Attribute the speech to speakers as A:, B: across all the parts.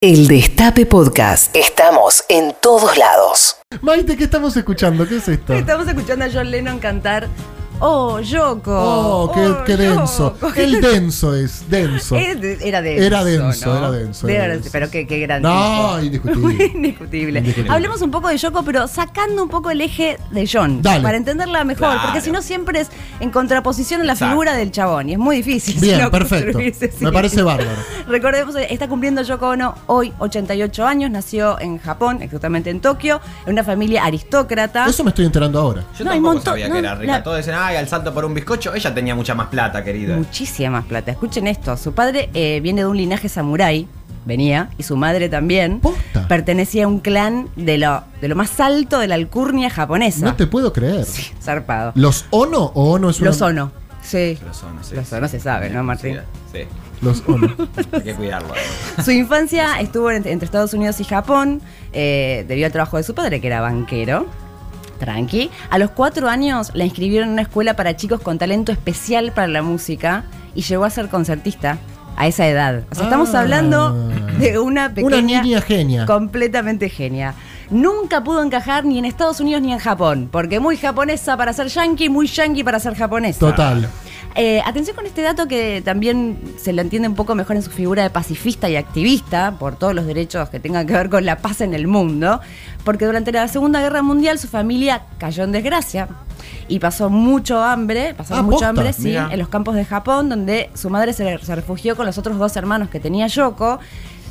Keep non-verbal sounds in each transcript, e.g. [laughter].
A: El Destape Podcast. Estamos en todos lados.
B: Maite, ¿qué estamos escuchando? ¿Qué es esto?
C: Estamos escuchando a John Lennon cantar Oh, Yoko.
B: Oh, qué, qué
C: [laughs]
B: denso.
C: Yoko".
B: El denso es, denso.
C: Es de- Era denso.
B: Era denso,
C: ¿no?
B: era denso,
C: Era
B: era
C: denso,
B: denso.
C: Pero qué, qué gran
B: No,
C: tipo.
B: indiscutible.
C: Indiscutible.
B: Indiscutible.
C: Hablemos un poco de Yoko, pero sacando un poco el eje de John.
B: Dale.
C: Para entenderla mejor, porque si no siempre es en contraposición a la
D: Exacto.
C: figura del chabón. Y es muy difícil. si
B: Bien,
C: no,
B: perfecto.
C: construirse, sí.
B: Me parece bárbaro.
C: [laughs] Recordemos, está cumpliendo Yoko Ono hoy 88 años, nació en Japón, exactamente en Tokio, en una familia aristócrata.
B: Eso me estoy enterando ahora.
D: Yo
C: No, hay
D: tampoco
C: montón-
D: sabía
C: no,
D: que era rica.
C: la-
D: Todos dicen, ay, al salto por un bizcocho. Ella tenía mucha más plata, querida.
C: Muchísima más plata. Escuchen esto. Su padre eh, viene de un linaje samurái, venía, y su madre también.
B: Posta.
C: Pertenecía a un clan de lo, de lo más alto de la alcurnia japonesa.
B: No te puedo creer.
C: Zarpado.
B: ¿Los Ono o Ono es una...
C: Los Ono. Sí.
D: Los sonos, sí.
C: Los Ono se sabe, ¿no, Martín?
D: Sí,
B: Los Ono.
D: hay
C: [laughs]
D: que cuidarlo.
C: Su infancia estuvo en- entre Estados Unidos y Japón, eh, debido al trabajo de su padre, que era banquero. Tranqui. A los cuatro años la inscribieron en una escuela para chicos con talento especial para la música y llegó a ser concertista a esa edad. O sea, estamos
B: Ah.
C: hablando de una pequeña.
B: Una niña genia.
C: Completamente genia. Nunca pudo encajar ni en Estados Unidos ni en Japón, porque muy japonesa para ser yankee, muy yankee para ser japonesa.
B: Total.
C: Eh, atención con este dato que también se lo entiende un poco mejor en su figura de pacifista y activista por todos los derechos que tengan que ver con la paz en el mundo, porque durante la Segunda Guerra Mundial su familia cayó en desgracia y pasó mucho hambre, pasó
B: Ah,
C: mucho
B: posta,
C: hambre, sí,
D: mirá.
C: en los campos de Japón, donde su madre se, se refugió con los otros dos hermanos que tenía Yoko.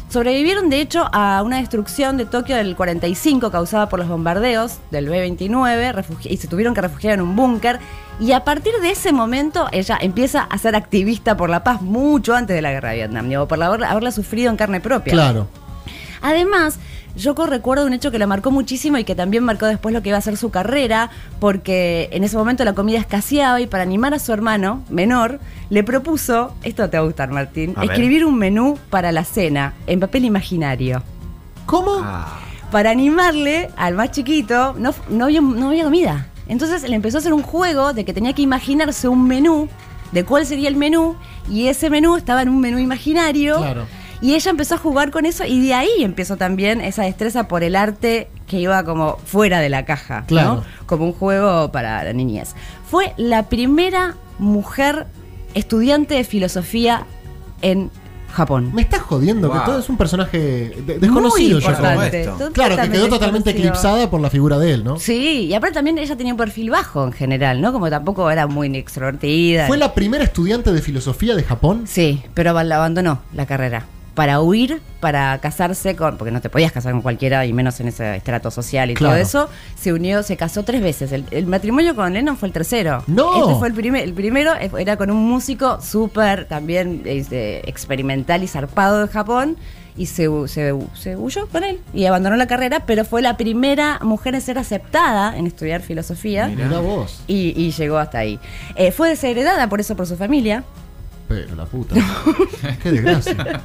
C: Sobrevivieron, de hecho, a una destrucción de Tokio del 45 causada por los bombardeos del B-29 refugi- y se tuvieron que refugiar en un búnker. Y a partir de ese momento, ella empieza a ser activista por la paz mucho antes de la guerra de Vietnam, digo, por la- haberla, haberla sufrido en carne propia.
B: Claro.
C: Además, Yoko recuerda un hecho que la marcó muchísimo y que también marcó después lo que iba a ser su carrera, porque en ese momento la comida escaseaba y para animar a su hermano menor, le propuso, esto te va a gustar Martín,
D: A ver.
C: escribir un menú para la cena en papel imaginario.
B: ¿Cómo?
D: Ah,
C: Para animarle al más chiquito, no, f- no, había, no había comida. Entonces le empezó a hacer un juego de que tenía que imaginarse un menú, de cuál sería el menú, y ese menú estaba en un menú imaginario.
B: Claro.
C: Y ella empezó a jugar con eso y de ahí empezó también esa destreza por el arte que iba como fuera de la caja,
B: Claro.
C: ¿no? Como un juego para la niñez. Fue la primera mujer estudiante de filosofía en Japón.
B: Me estás jodiendo, que
D: Wow.
B: todo es un personaje de- desconocido,
C: Muy
B: yo creo.
C: importante,
D: Claro,
B: Claro, que quedó totalmente
C: desconocido.
B: eclipsada por la figura de él, ¿no?
C: Sí, y aparte también ella tenía un perfil bajo en general, ¿no? Como tampoco era muy extrovertida.
B: Fue la primera estudiante de filosofía de Japón.
C: Sí, pero abal- abandonó la carrera. Para huir, para casarse con. Porque no te podías casar con cualquiera, y menos en ese estrato social y todo
B: Claro.
C: eso. Se unió, se casó tres veces. El, el matrimonio con Lennon fue el tercero.
B: ¡No!
C: Este fue el, primer, el primero, eh, era con un músico súper también este, experimental y zarpado de Japón. Y se, hu- se, hu- se huyó con él y abandonó la carrera, pero fue la primera mujer en ser aceptada en estudiar filosofía.
D: Mirá.
B: Mirá vos.
C: Y, y llegó hasta ahí. Eh, fue desheredada por eso por su familia,
B: Pero la puta. [laughs] Qué desgracia.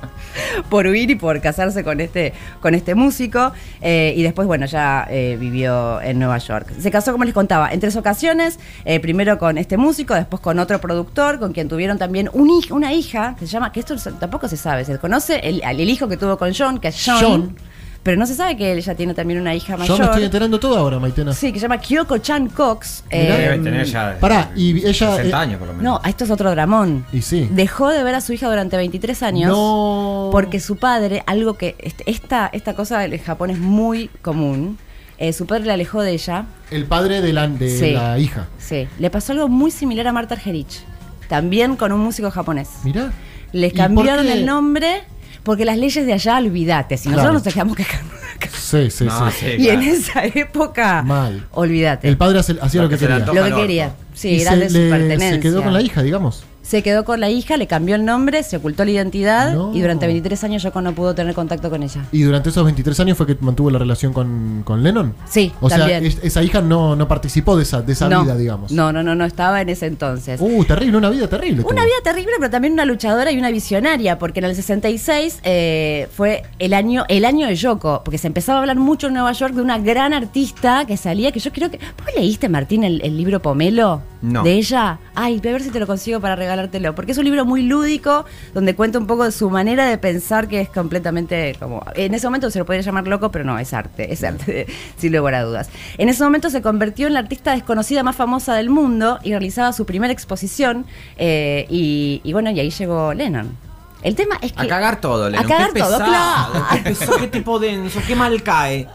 C: por huir y por casarse con este, con este músico. eh, y después, bueno, ya eh, vivió en Nueva York. Se casó, como les contaba, en tres ocasiones. eh, primero con este músico, después con otro productor, con quien tuvieron también un hij- una hija, que se llama, que esto se- tampoco se sabe, se conoce el, al- el hijo que tuvo con John, que es John.
B: John.
C: Pero no se sabe que ella tiene también una hija
B: Yo
C: mayor.
B: me estoy enterando todo ahora, Maitena.
C: sí, que se llama Kyoko Chan Cox.
B: Mirá.
C: eh,
D: debe tener ya.
B: Pará, y ella,
D: 60
B: eh,
D: años por lo menos.
C: no, esto es otro dramón.
B: Y sí.
C: Dejó de ver a su hija durante 23 años.
B: No.
C: Porque su padre, algo que. este- Esta, esta cosa en Japón es muy común. eh, su padre la alejó de ella.
B: El padre de la, de
C: Sí.
B: la hija.
C: Sí. Le pasó algo muy similar a Marta Argerich. También con un músico japonés.
B: Mirá.
C: Les
B: ¿Y por
C: cambiaron
B: qué?
C: el nombre porque las leyes de allá, olvídate. Si
B: Claro.
C: nosotros nos dejamos quejando.
B: Sí, sí,
D: No,
B: sí.
D: sí,
C: y en
D: claro.
C: esa época.
B: Mal.
C: Olvídate.
B: El padre hace- hacía
D: Lo
B: lo que
D: que se le
B: quería.
D: antoja.
C: Lo que
D: Ojalá,
C: quería.
D: orto.
C: Sí,
B: Y
C: era
B: se,
C: de su
B: le-
C: pertenencia.
B: se quedó con la hija, digamos.
C: Se quedó con la hija, le cambió el nombre, se ocultó la identidad
B: No.
C: y durante 23 años Yoko no pudo tener contacto con ella.
B: Y durante esos 23 años fue que mantuvo la relación con, con Lennon.
C: Sí,
B: O sea,
C: también.
B: es- esa hija no, no participó de esa, de esa
C: no,
B: vida, digamos.
C: No, no, no, no estaba en ese entonces.
B: Uh, terrible, una vida terrible.
C: Una
B: tuvo.
C: vida terrible, pero también una luchadora y una visionaria, porque en el 66 eh, fue el año, el año de Yoko, porque se empezaba a hablar mucho en Nueva York de una gran artista que salía, que yo creo que... ¿Vos leíste, Martín, el, el libro Pomelo?
D: No.
C: de ella. Ay, voy a ver si te lo consigo para regalártelo. Porque es un libro muy lúdico donde cuenta un poco de su manera de pensar que es completamente como... En ese momento se lo podría llamar loco, pero no, es arte, es arte, [laughs] sin lugar a dudas. En ese momento se convirtió en la artista desconocida más famosa del mundo y realizaba su primera exposición. eh, y, y bueno, y ahí llegó Lennon. El tema es que...
D: A cagar todo, Lennon.
C: A cagar
D: qué
C: todo,
D: pesado,
C: claro.
D: Qué, pesado,
C: [laughs]
D: qué tipo denso, qué mal cae.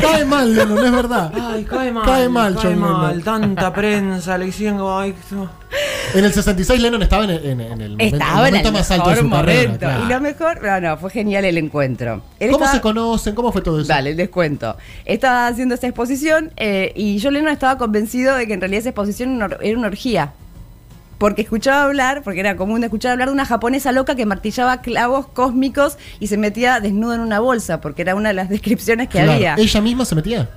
B: Cae mal, Lennon, es verdad.
D: Ay, cae mal.
B: Cae mal, John Lennon.
D: Tanta prensa, le hicieron. Ay, no.
B: En el 66 Lennon estaba en el, en- en el momento,
C: Estaba
B: el
C: en el
B: momento más alto de
C: mejor
B: su carrera.
C: momento.
B: claro.
C: Y lo mejor, no, no, fue genial el encuentro. Él
B: ¿Cómo
C: estaba-
B: se conocen? ¿Cómo fue todo eso?
C: Dale, les cuento. Estaba haciendo esta exposición eh, y yo Lennon estaba convencido de que en realidad esa exposición era una or- era una orgía. Porque escuchaba hablar, porque era común de escuchar hablar de una japonesa loca que martillaba clavos cósmicos y se metía desnudo en una bolsa, porque era una de las descripciones que
B: Claro,
C: había.
B: ¿Ella misma se metía?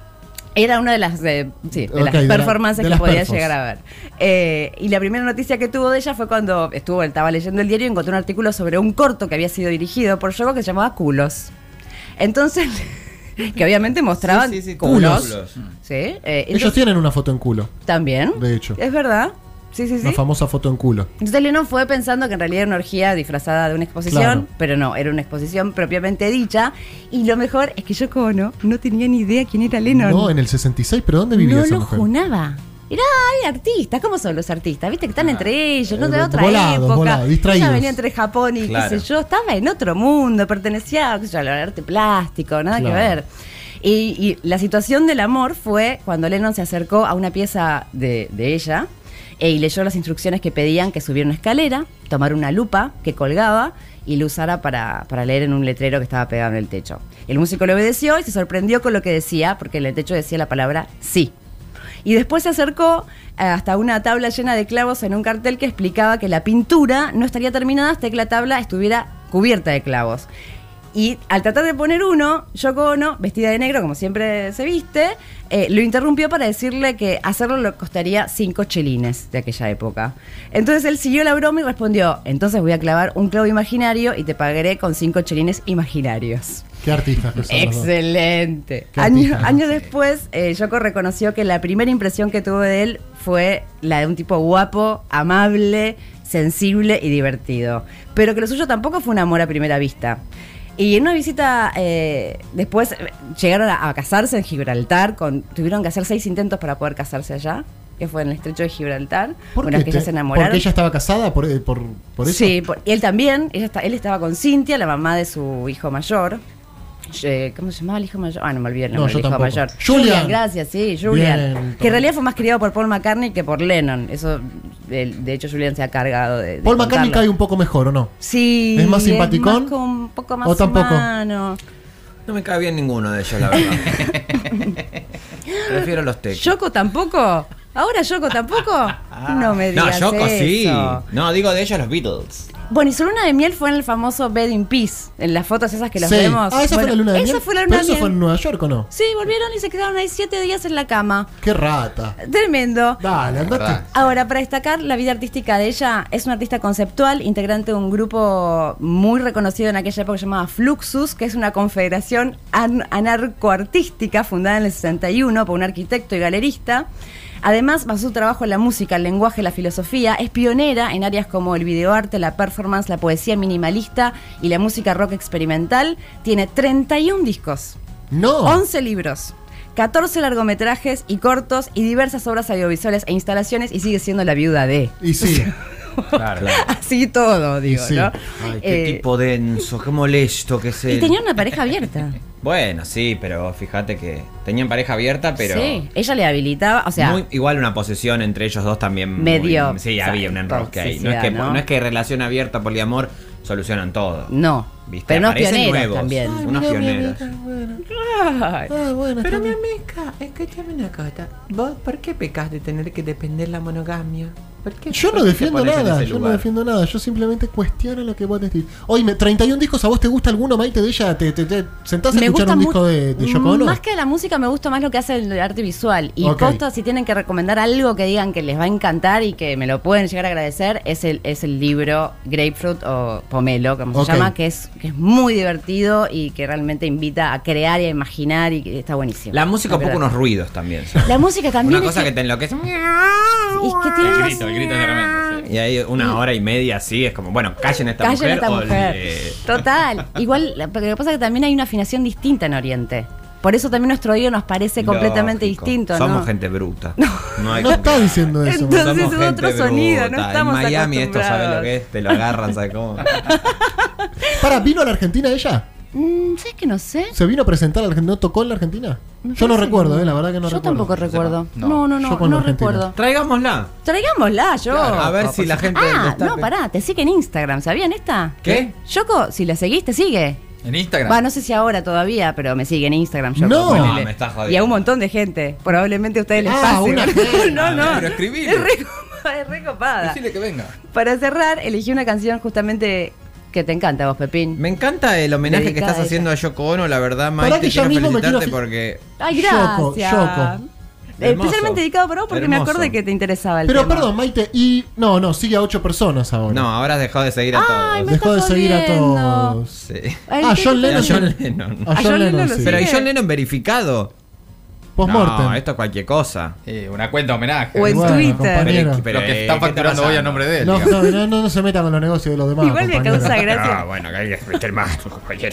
C: Era una de las, eh, sí, de
B: Ok,
C: las
B: de la-
C: performances
B: de
C: que
B: las
C: podía
B: perfos.
C: llegar a ver. Eh, y la primera noticia que tuvo de ella fue cuando estuvo, estaba leyendo el diario y encontró un artículo sobre un corto que había sido dirigido por Yogo que se llamaba Culos. Entonces, [laughs] que obviamente mostraban
D: Sí, sí, sí,
C: culos.
D: culos.
C: Sí, eh,
B: Ellos
C: entonces-
B: tienen una foto en culo,
C: también.
B: de hecho.
C: Es verdad. Sí, sí, sí.
B: Una famosa foto en culo.
C: Entonces Lennon fue pensando que en realidad era una orgía disfrazada de una exposición,
B: Claro.
C: pero no, era una exposición propiamente dicha. Y lo mejor es que yo, como no, no tenía ni idea quién era Lennon.
B: No, en el 66, pero ¿dónde vivía
C: No
B: esa
C: lo
B: mujer?
C: junaba. Era ay, artistas, ¿cómo son los artistas? Viste que están entre ellos, no
B: Eh,
C: de otra
B: volados,
C: época.
B: volados, distraídos.
C: Ella venía entre Japón y
D: Claro.
C: qué sé yo, estaba en otro mundo, pertenecía qué sé yo, al arte plástico, nada que
B: Claro.
C: ver. Y, y la situación del amor fue cuando Lennon se acercó a una pieza de, de ella eh, y leyó las instrucciones que pedían que subiera una escalera, tomar una lupa que colgaba y lo usara para, para leer en un letrero que estaba pegado en el techo. El músico le obedeció y se sorprendió con lo que decía, porque en el techo decía la palabra sí. Y después se acercó eh, hasta una tabla llena de clavos en un cartel que explicaba que la pintura no estaría terminada hasta que la tabla estuviera cubierta de clavos. Y al tratar de poner uno, Yoko Ono, vestida de negro, como siempre se viste, eh, lo interrumpió para decirle que hacerlo le costaría cinco chelines de aquella época. Entonces él siguió la broma y respondió, entonces voy a clavar un clavo imaginario y te pagaré con cinco chelines imaginarios.
B: Qué artistas que son los dos.
C: Excelente.
B: Qué
C: Año- Años
B: artista.
C: después, eh, Yoko reconoció que la primera impresión que tuvo de él fue la de un tipo guapo, amable, sensible y divertido. Pero que lo suyo tampoco fue un amor a primera vista. Y en una visita eh, después eh, llegaron a, a casarse en Gibraltar, con, tuvieron que hacer seis intentos para poder casarse allá, que fue en el estrecho de Gibraltar.
B: ¿Por
C: Bueno,
B: qué
C: que ellas
B: te-
C: se enamoraron.
B: ¿Porque ella estaba casada por, eh, por, por eso?
C: Sí, por- y él también. Ella está, él estaba con Cintia, la mamá de su hijo mayor. Eh, ¿Cómo se llamaba el hijo mayor? Ah, no me olvidé el
B: No,
C: nombre
B: yo
C: del hijo
B: tampoco.
C: mayor.
B: Julian.
C: Gracias, sí,
B: Bien,
C: Julian. que
B: entonces.
C: en realidad fue más criado por Paul McCartney que por Lennon. Eso, de, de hecho, Julian se ha cargado de. de
B: Paul McCartney
C: contarlo.
B: cae un poco mejor, ¿o no?
C: Sí.
B: ¿Es más simpaticón?
C: más con- un poco más
B: ¿O tampoco?
C: humano.
D: No me cae bien ninguno de ellos, la verdad.
C: [laughs]
D: Prefiero los tecos.
C: ¿Yoko tampoco? ¿Ahora Yoko tampoco? No me
D: Ah. no,
C: digas
D: Yoko sí.
C: eso.
D: No, digo de ellos los Beatles.
C: Bueno, y su luna de miel fue en el famoso Bed in Peace, en las fotos esas que las
B: Sí.
C: vemos.
B: Ah, esa
C: Bueno,
B: fue la luna de
C: esa
B: miel?
C: fue la
B: Pero
C: luna de
B: eso
C: miel.
B: fue en Nueva York, ¿o no?
C: Sí, volvieron y se quedaron ahí siete días en la cama.
B: Qué rata.
C: Tremendo.
B: Dale, andate.
D: verdad.
C: Ahora, para destacar la vida artística de ella, es una artista conceptual, integrante de un grupo muy reconocido en aquella época llamada Fluxus, que es una confederación an- anarcoartística fundada en el 61 por un arquitecto y galerista. Además, basó su trabajo en la música, el lenguaje, la filosofía. Es pionera en áreas como el videoarte, la performance, la poesía minimalista y la música rock experimental. Tiene 31 discos.
B: No.
C: 11 libros, 14 largometrajes y cortos y diversas obras audiovisuales e instalaciones y sigue siendo la viuda de. [laughs]
B: Y sí.
D: Claro.
C: Así todo, digo,
B: sí.
C: ¿no?
D: Ay, qué
C: Eh,
D: tipo denso, qué molesto que es
C: y
D: él.
C: tenía una pareja abierta.
D: Bueno, sí, pero fíjate que tenían pareja abierta, [laughs] pero
C: sí, ella le habilitaba, o sea,
D: muy- igual una posesión entre ellos dos también. muy-
C: Medio,
D: sí,
C: o sea,
D: había un enrosque ahí. No es, que,
C: toxicidad, ¿no?
D: no es que relación abierta, poliamor, solucionan todo.
C: no.
D: ¿Viste?
C: Pero unos
D: Aparecen
C: pioneros
D: nuevos,
C: también.
D: Unos pioneros.
C: Ay.
E: Pero mi amiga, escúchame una cosa. ¿Vos por qué pecas de tener que depender la monogamia? ¿Por qué-
B: Yo
E: por
B: no
E: qué te
B: defiendo
E: pones en
B: nada,
E: ese
B: yo no
E: lugar?
B: defiendo nada, yo simplemente cuestiono lo que vos decís. Oye, 31 discos, ¿a vos te gusta alguno, Maite, de ella? ¿Te, te, te sentás a
C: me
B: escuchar
C: gusta
B: un
C: mu-
B: disco de, de Yoko Ono?
C: Más que la música, me gusta más lo que hace el arte visual. Y
B: Ok.
C: posta, si tienen que recomendar algo que digan que les va a encantar y que me lo pueden llegar a agradecer, es el, es el libro Grapefruit o Pomelo, como
B: Ok.
C: se llama, que es, que es muy divertido y que realmente invita a crear y a imaginar y que está buenísimo.
D: La música un poco
C: verdad.
D: unos ruidos también. son.
C: La música también
D: Una
C: es
D: cosa que
C: que-
D: te enloquece.
C: es que tiene
E: El
C: unas-
E: grito, el grito es tremendo. sí.
D: Y hay una hora y media así, es como, bueno, callen a esta
C: Callen
D: mujer.
C: a esta
D: o
C: mujer.
D: le-
C: Total. Igual, la- pero lo que pasa es que también hay una afinación distinta en Oriente. Por eso también nuestro oído nos parece completamente
D: Lógico.
C: distinto,
D: Somos
C: ¿no?
D: gente bruta. hay
B: No
D: con
B: está
D: qué.
B: diciendo eso.
C: Entonces-
B: Maite.
C: es otro sonido, no estamos
D: En Miami esto sabe
C: acostumbrados.
D: lo que es, te lo agarran,
C: [laughs]
D: ¿sabes cómo?
B: Para, ¿vino a la Argentina ella?
C: Mm, ¿Sabes que no sé?
B: ¿Se vino a presentar a la Argentina? ¿No tocó en la Argentina?
C: Me
B: Yo no
C: parece
B: recuerdo,
C: que
B: eh, la verdad que no
C: Yo
B: recuerdo.
C: tampoco recuerdo. No, no,
B: Yo
C: no, no,
B: con Argentina. pues,
C: recuerdo.
D: Traigámosla.
C: Traigámosla, yo.
D: Claro, a ver si la gente lo
C: Ah,
D: está-
C: no, pará, te sigue en Instagram, ¿sabían esta?
D: ¿Qué?
C: Yoko, si la seguís, te sigue.
E: En Instagram.
C: Va, no sé si ahora todavía, pero me sigue en Instagram, Yoko.
B: No.
C: ponele.
D: Ah, me estás jodiendo.
C: Y a un montón de gente. Probablemente a ustedes les
B: Ah,
C: pase. [laughs]
B: una
C: no, no.
E: Pero escribile.
C: Es re copada, es re copada.
E: Decirle que venga.
C: Para cerrar, elegí una canción justamente que te encanta a vos, Pepín.
D: Me encanta el homenaje que
C: Dedicada
D: estás
C: a ella.
D: haciendo a Yoko Ono, la verdad, Mike.
B: Pará que
D: Te
B: ya
D: quiero
B: mismo me quiero
D: felicitarte
B: fi-
D: porque.
C: Ay,
B: Yoko,
C: gracias. Eh,
B: Yoko.
D: Hermoso.
C: Especialmente dedicado para vos porque me
D: Hermoso.
C: acordé que te interesaba el
B: Pero
C: tema.
B: perdón, Maite, y. No, no, sigue a ocho personas ahora.
D: No, ahora has dejado de seguir a
C: Ay,
D: todos.
C: me
B: Dejó de
C: estás
B: seguir a
C: jodiendo.
B: todos.
D: Sí.
C: Ay,
B: Ah,
C: ¿qué
B: John
C: te-
D: Pero
B: Lennon.
D: John Lennon.
B: A John Lennon,
C: lo
B: sí.
D: Pero ¿y
C: sigue.
D: John Lennon verificado?
B: Postmortem.
D: No, esto es cualquier cosa.
E: Eh, una cuenta homenaje.
C: O en
B: Bueno,
C: Twitter.
B: compañero.
D: Pero- eh,
E: Lo que
D: ¿qué
E: están
D: está
E: facturando hoy
D: pasando?
E: a nombre de él.
B: No,
E: digamos.
B: no, no, no, no se meta con los negocios de los demás.
C: [laughs] Igual me
B: compañero.
C: causa gracia.
D: Ah, bueno, que hay que meter más. [laughs] cualquier-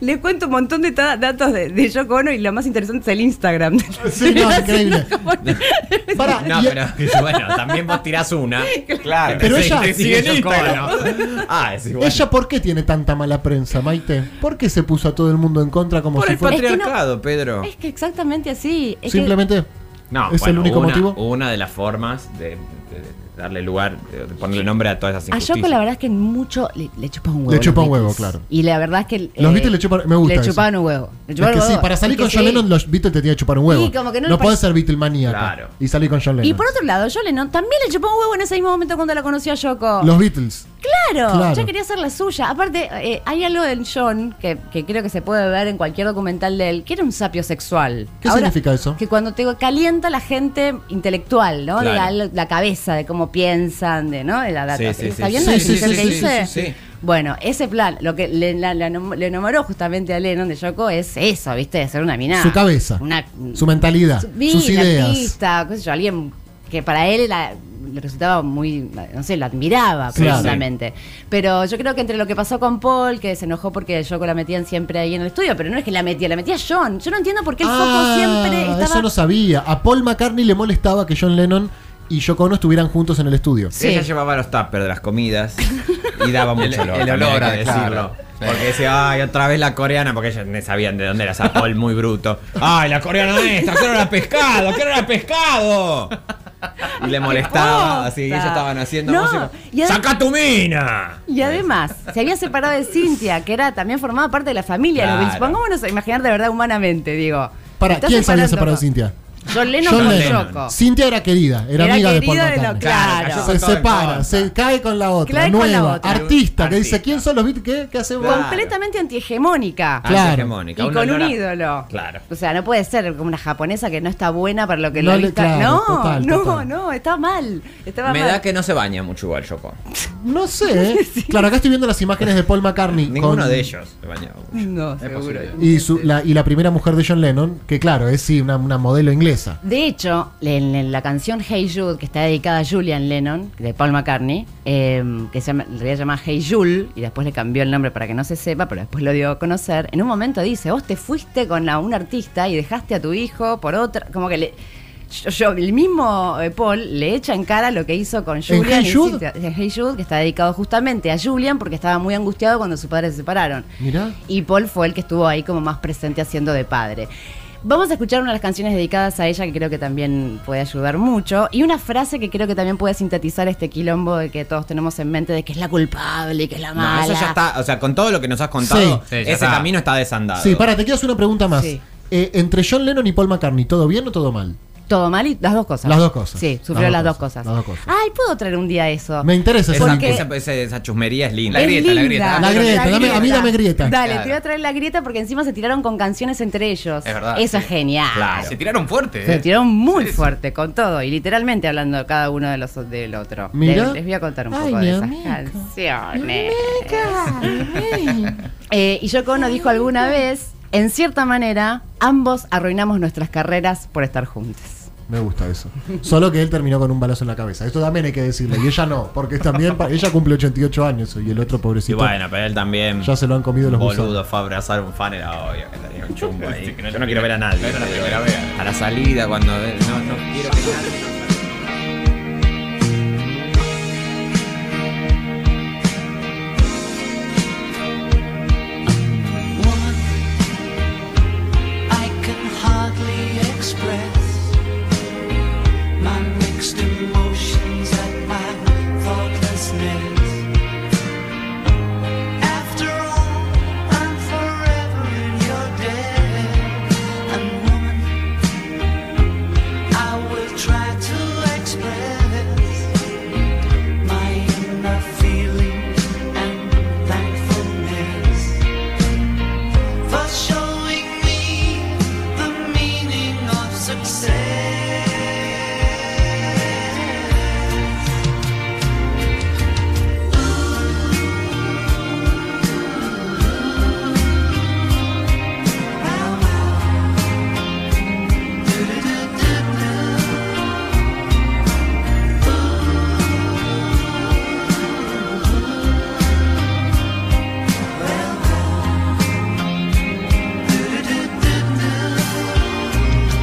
C: Les cuento un montón de ta- datos de, de Yoko Ono y lo más interesante es el Instagram.
B: Sí,
C: [laughs]
B: no, es increíble. Pará,
D: [laughs] No,
B: y-
D: pero bueno, también vos tirás
C: [laughs]
D: una. Claro,
B: Pero
D: sí,
B: ella-
D: te sigue
E: Sí,
D: Yoko
E: Instagram.
D: Ono. Ah, es igual.
B: ¿Ella por qué tiene tanta mala prensa, Maite? ¿Por qué se puso a todo el mundo en contra como
D: Por
B: si
D: el
B: fuera...
C: Es que no-
D: patriarcado, Pedro.
C: es que exactamente así. Es que-
B: Simplemente...
D: No,
B: ¿Es el único
D: una,
B: motivo?
D: Una de las formas de, de darle lugar, de ponerle nombre a todas esas
C: a
D: injusticias.
C: Yoko Ah, la verdad es que en mucho le, le chupa un huevo.
B: Le chupa
C: los
B: un huevo,
C: Beatles.
B: claro.
C: Y la verdad es que... eh,
B: Los Beatles le chupan- me gusta
C: Le
B: eso.
C: chupaban un huevo. Le
B: Es
C: chupaban
B: que
C: un
B: sí,
C: huevo.
B: para salir
C: Es que
B: con John
C: sí.
B: Lennon los Beatles te tiene que chupar un huevo.
C: Sí, como que no
B: no
C: le
B: podés
C: parece-
B: ser Beatle maníaco
D: Claro.
B: y salir con John Lennon.
C: Y por otro lado, John Lennon también le chupó un huevo en ese mismo momento cuando la conoció a Yoko.
B: Los Beatles.
C: Claro,
B: Claro.
C: ya quería hacer la suya. Aparte, eh, hay algo del John que, que creo que se puede ver en cualquier documental de él, que era un sapio sexual.
B: ¿Qué significa eso?
C: Que cuando te calienta la gente intelectual, ¿no?
D: Claro.
C: La, la cabeza, de cómo piensan, de, ¿no? De la, la-
D: Sí, sí,
C: ¿Está
D: sí,
C: bien
B: sí, sí,
C: la descripción
B: sí,
C: que
B: sí,
C: hice?
D: sí, sí, sí.
C: Bueno, ese plan, lo que le, la- la nom- le nombró justamente a Lennon de Yoko es eso, ¿viste? De ser una mina.
B: Su cabeza.
C: Una,
B: Su mentalidad.
C: su- vida,
B: Ah, sus ideas.
C: artista, qué sé yo, alguien que para él la- le resultaba muy, no sé, lo admiraba
B: Claro.
C: profundamente. Pero yo creo que entre lo que pasó con Paul, que se enojó porque yo la metían siempre ahí en el estudio, pero no es que la metía, la metía John. Yo no entiendo por qué el
B: Ah,
C: foco siempre estaba...
B: Eso no sabía. A Paul McCartney le molestaba que John Lennon y Yoko Ono estuvieran juntos en el estudio.
C: Sí.
D: Ella llevaba los tuppers de
C: [laughs]
D: las comidas y daba
E: El-
D: mucho olor.
E: el
D: también
E: olor,
C: ah,
D: hay que
E: claro.
D: decirlo.
E: Sí.
D: Porque decía, ay, otra vez la coreana, porque ellos no sabían de dónde era esa Paul muy bruto. Ay, la coreana esta, que no era pescado, que no era pescado. Y le molestaba,
C: posta!
D: así, y ellos estaban haciendo
C: No,
D: música.
C: y adem-
D: ¡Saca tu mina! Ah,
C: Y además, se había separado de Cintia, que era también formaba parte de la familia de los
D: Claro.
C: Beatles. Pongámonos a imaginar de verdad humanamente, digo.
B: Para,
C: Estás
B: ¿quién se había separado
C: separando-
B: de Cintia?
C: John Lennon
B: John
C: con
D: Lennon.
C: Yoko.
B: Cintia era querida, era,
C: Era
B: amiga de Paul
C: querida de
B: McCartney.
C: los- Claro.
D: cayó con
B: Se
D: todo en
B: separa,
D: contra.
B: se cae con la otra,
C: Cae con
B: nueva,
C: la otra.
B: artista, que
D: Artista.
B: dice, ¿quién son los Beatles? ¿Qué, qué hacemos?
D: Claro.
C: completamente antihegemónica.
B: Claro.
D: Antihegemónica,
C: Y
D: un
C: con
D: olor
C: un
D: a-
C: ídolo.
D: Claro.
C: O sea, no puede ser como una japonesa que no está buena para lo que
B: No
C: la
B: le-
C: vista.
B: claro,
C: no,
B: total,
C: no,
B: total.
C: no, está mal. Estaba
D: Me
C: mal.
D: da que no se baña mucho igual, Yoko.
B: No sé.
C: [laughs]
B: ¿eh? Claro, acá estoy viendo las imágenes de Paul McCartney.
D: Ninguno
B: con-
D: de ellos se bañaba mucho.
C: No, seguro.
E: posible.
B: Y, su- la, y la primera mujer de John Lennon, que claro, es sí, una, una modelo inglesa.
C: De hecho, en en la canción Hey Jude, que está dedicada a Julian Lennon, de Paul McCartney, eh, que se llama, en realidad se llama Hey Jules, y después le cambió el nombre para que no se sepa, pero después lo dio a conocer, en un momento dice, vos te fuiste con la- un artista y dejaste a tu hijo por otra, como que le... Yo, yo- el mismo eh, Paul le echa en cara lo que hizo con Julian.
B: Hey
C: y
B: Jude?
C: Cynthia- en Hey Jude, que está dedicado justamente a Julian porque estaba muy angustiado cuando sus padres se separaron.
B: Mirá.
C: Y Paul fue el que estuvo ahí como más presente haciendo de padre. Vamos a escuchar una de las canciones dedicadas a ella que creo que también puede ayudar mucho. Y una frase que creo que también puede sintetizar este quilombo de que todos tenemos en mente de que es la culpable y que es la
D: No,
C: mala.
D: eso ya está, o sea, con todo lo que nos has contado,
E: Sí, sí, ya
D: ese
E: está.
D: camino está desandado.
B: Sí, para, te quiero hacer una pregunta más.
C: Sí.
B: Eh, entre John Lennon y Paul McCartney, ¿todo bien o todo mal?
C: Todo mal y las dos cosas.
B: Las dos cosas.
C: Sí, sufrió
B: Las
C: las
B: dos
C: dos cosas.
B: cosas, las dos cosas.
C: Ay, puedo traer un día eso.
B: Me interesa
D: Esa,
B: esa.
C: Porque-
D: esa- esa- esa chusmería es linda.
E: La
C: Es
E: grieta, la grieta.
B: La grieta, dame- a mí dame grieta.
C: Dale,
E: Claro.
C: te voy a traer la grieta porque encima se tiraron con canciones entre ellos.
E: Es verdad,
C: Eso
E: sí.
C: es genial.
D: Claro.
E: Se tiraron fuerte.
C: Se
E: eh.
C: tiraron muy
E: Sí, sí.
C: fuerte con todo y literalmente hablando cada uno de los del otro.
B: Mira.
C: Les, les voy a contar un
B: Ay,
C: poco
B: mi
C: de esas
B: amigo.
C: canciones. Eh, y Yoko Ono dijo alguna vez, en cierta manera, ambos arruinamos nuestras carreras por estar juntos.
B: Me gusta eso. Solo que él terminó con un balazo en la cabeza. Esto también hay que decirle. Y ella no, porque también pa- ella cumple 88 años y el otro
D: Y
B: pobrecito.
D: bueno, pero él también.
B: Ya se lo han comido los
D: Boludo,
B: gusanos.
D: fue a abrazar un fan, era obvio que tenía un
E: [laughs]
D: chumbo ahí.
E: Sí, que no es
D: Yo
E: la
D: no quiero ver a nadie.
E: no es la primera vez.
D: A la salida, cuando. eh, No, no quiero que nadie.
F: One I can hardly express my mixed emotions at my thoughtlessness. After all, I'm forever in your debt. And woman, I will try to express my inner feeling and thankfulness for showing me the meaning of success.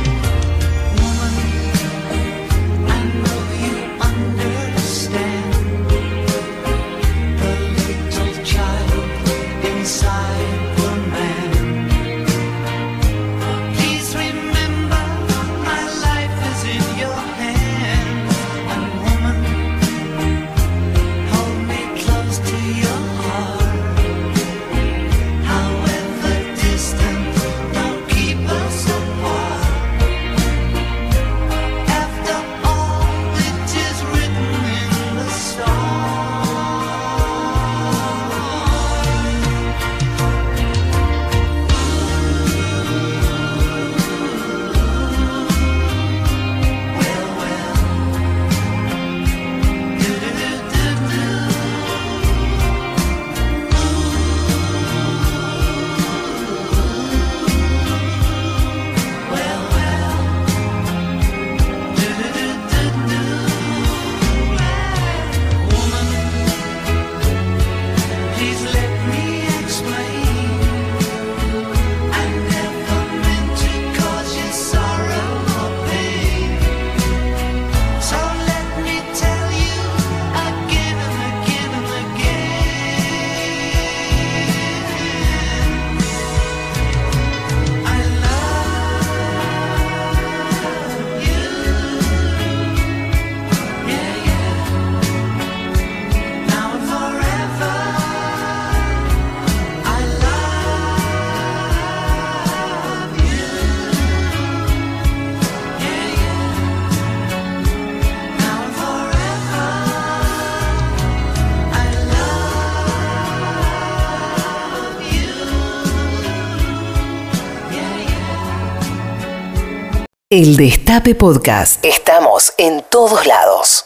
F: Woman, I know you understand the little child inside the man. Please remember my life is in your hands. And woman, hold me close to your heart. However distant, don't keep us apart. After all that is written in the stars. Well, well. Do-do-do-do-do. Well, well. Woman, please let me explain. I never meant to cause you sorrow or pain. So let me tell you again and again and again. I love you. Yeah, yeah. Now and forever, I love you. Yeah, yeah. Now and forever, I love you. Yeah, yeah.
A: El Destape Podcast. Estamos en todos lados.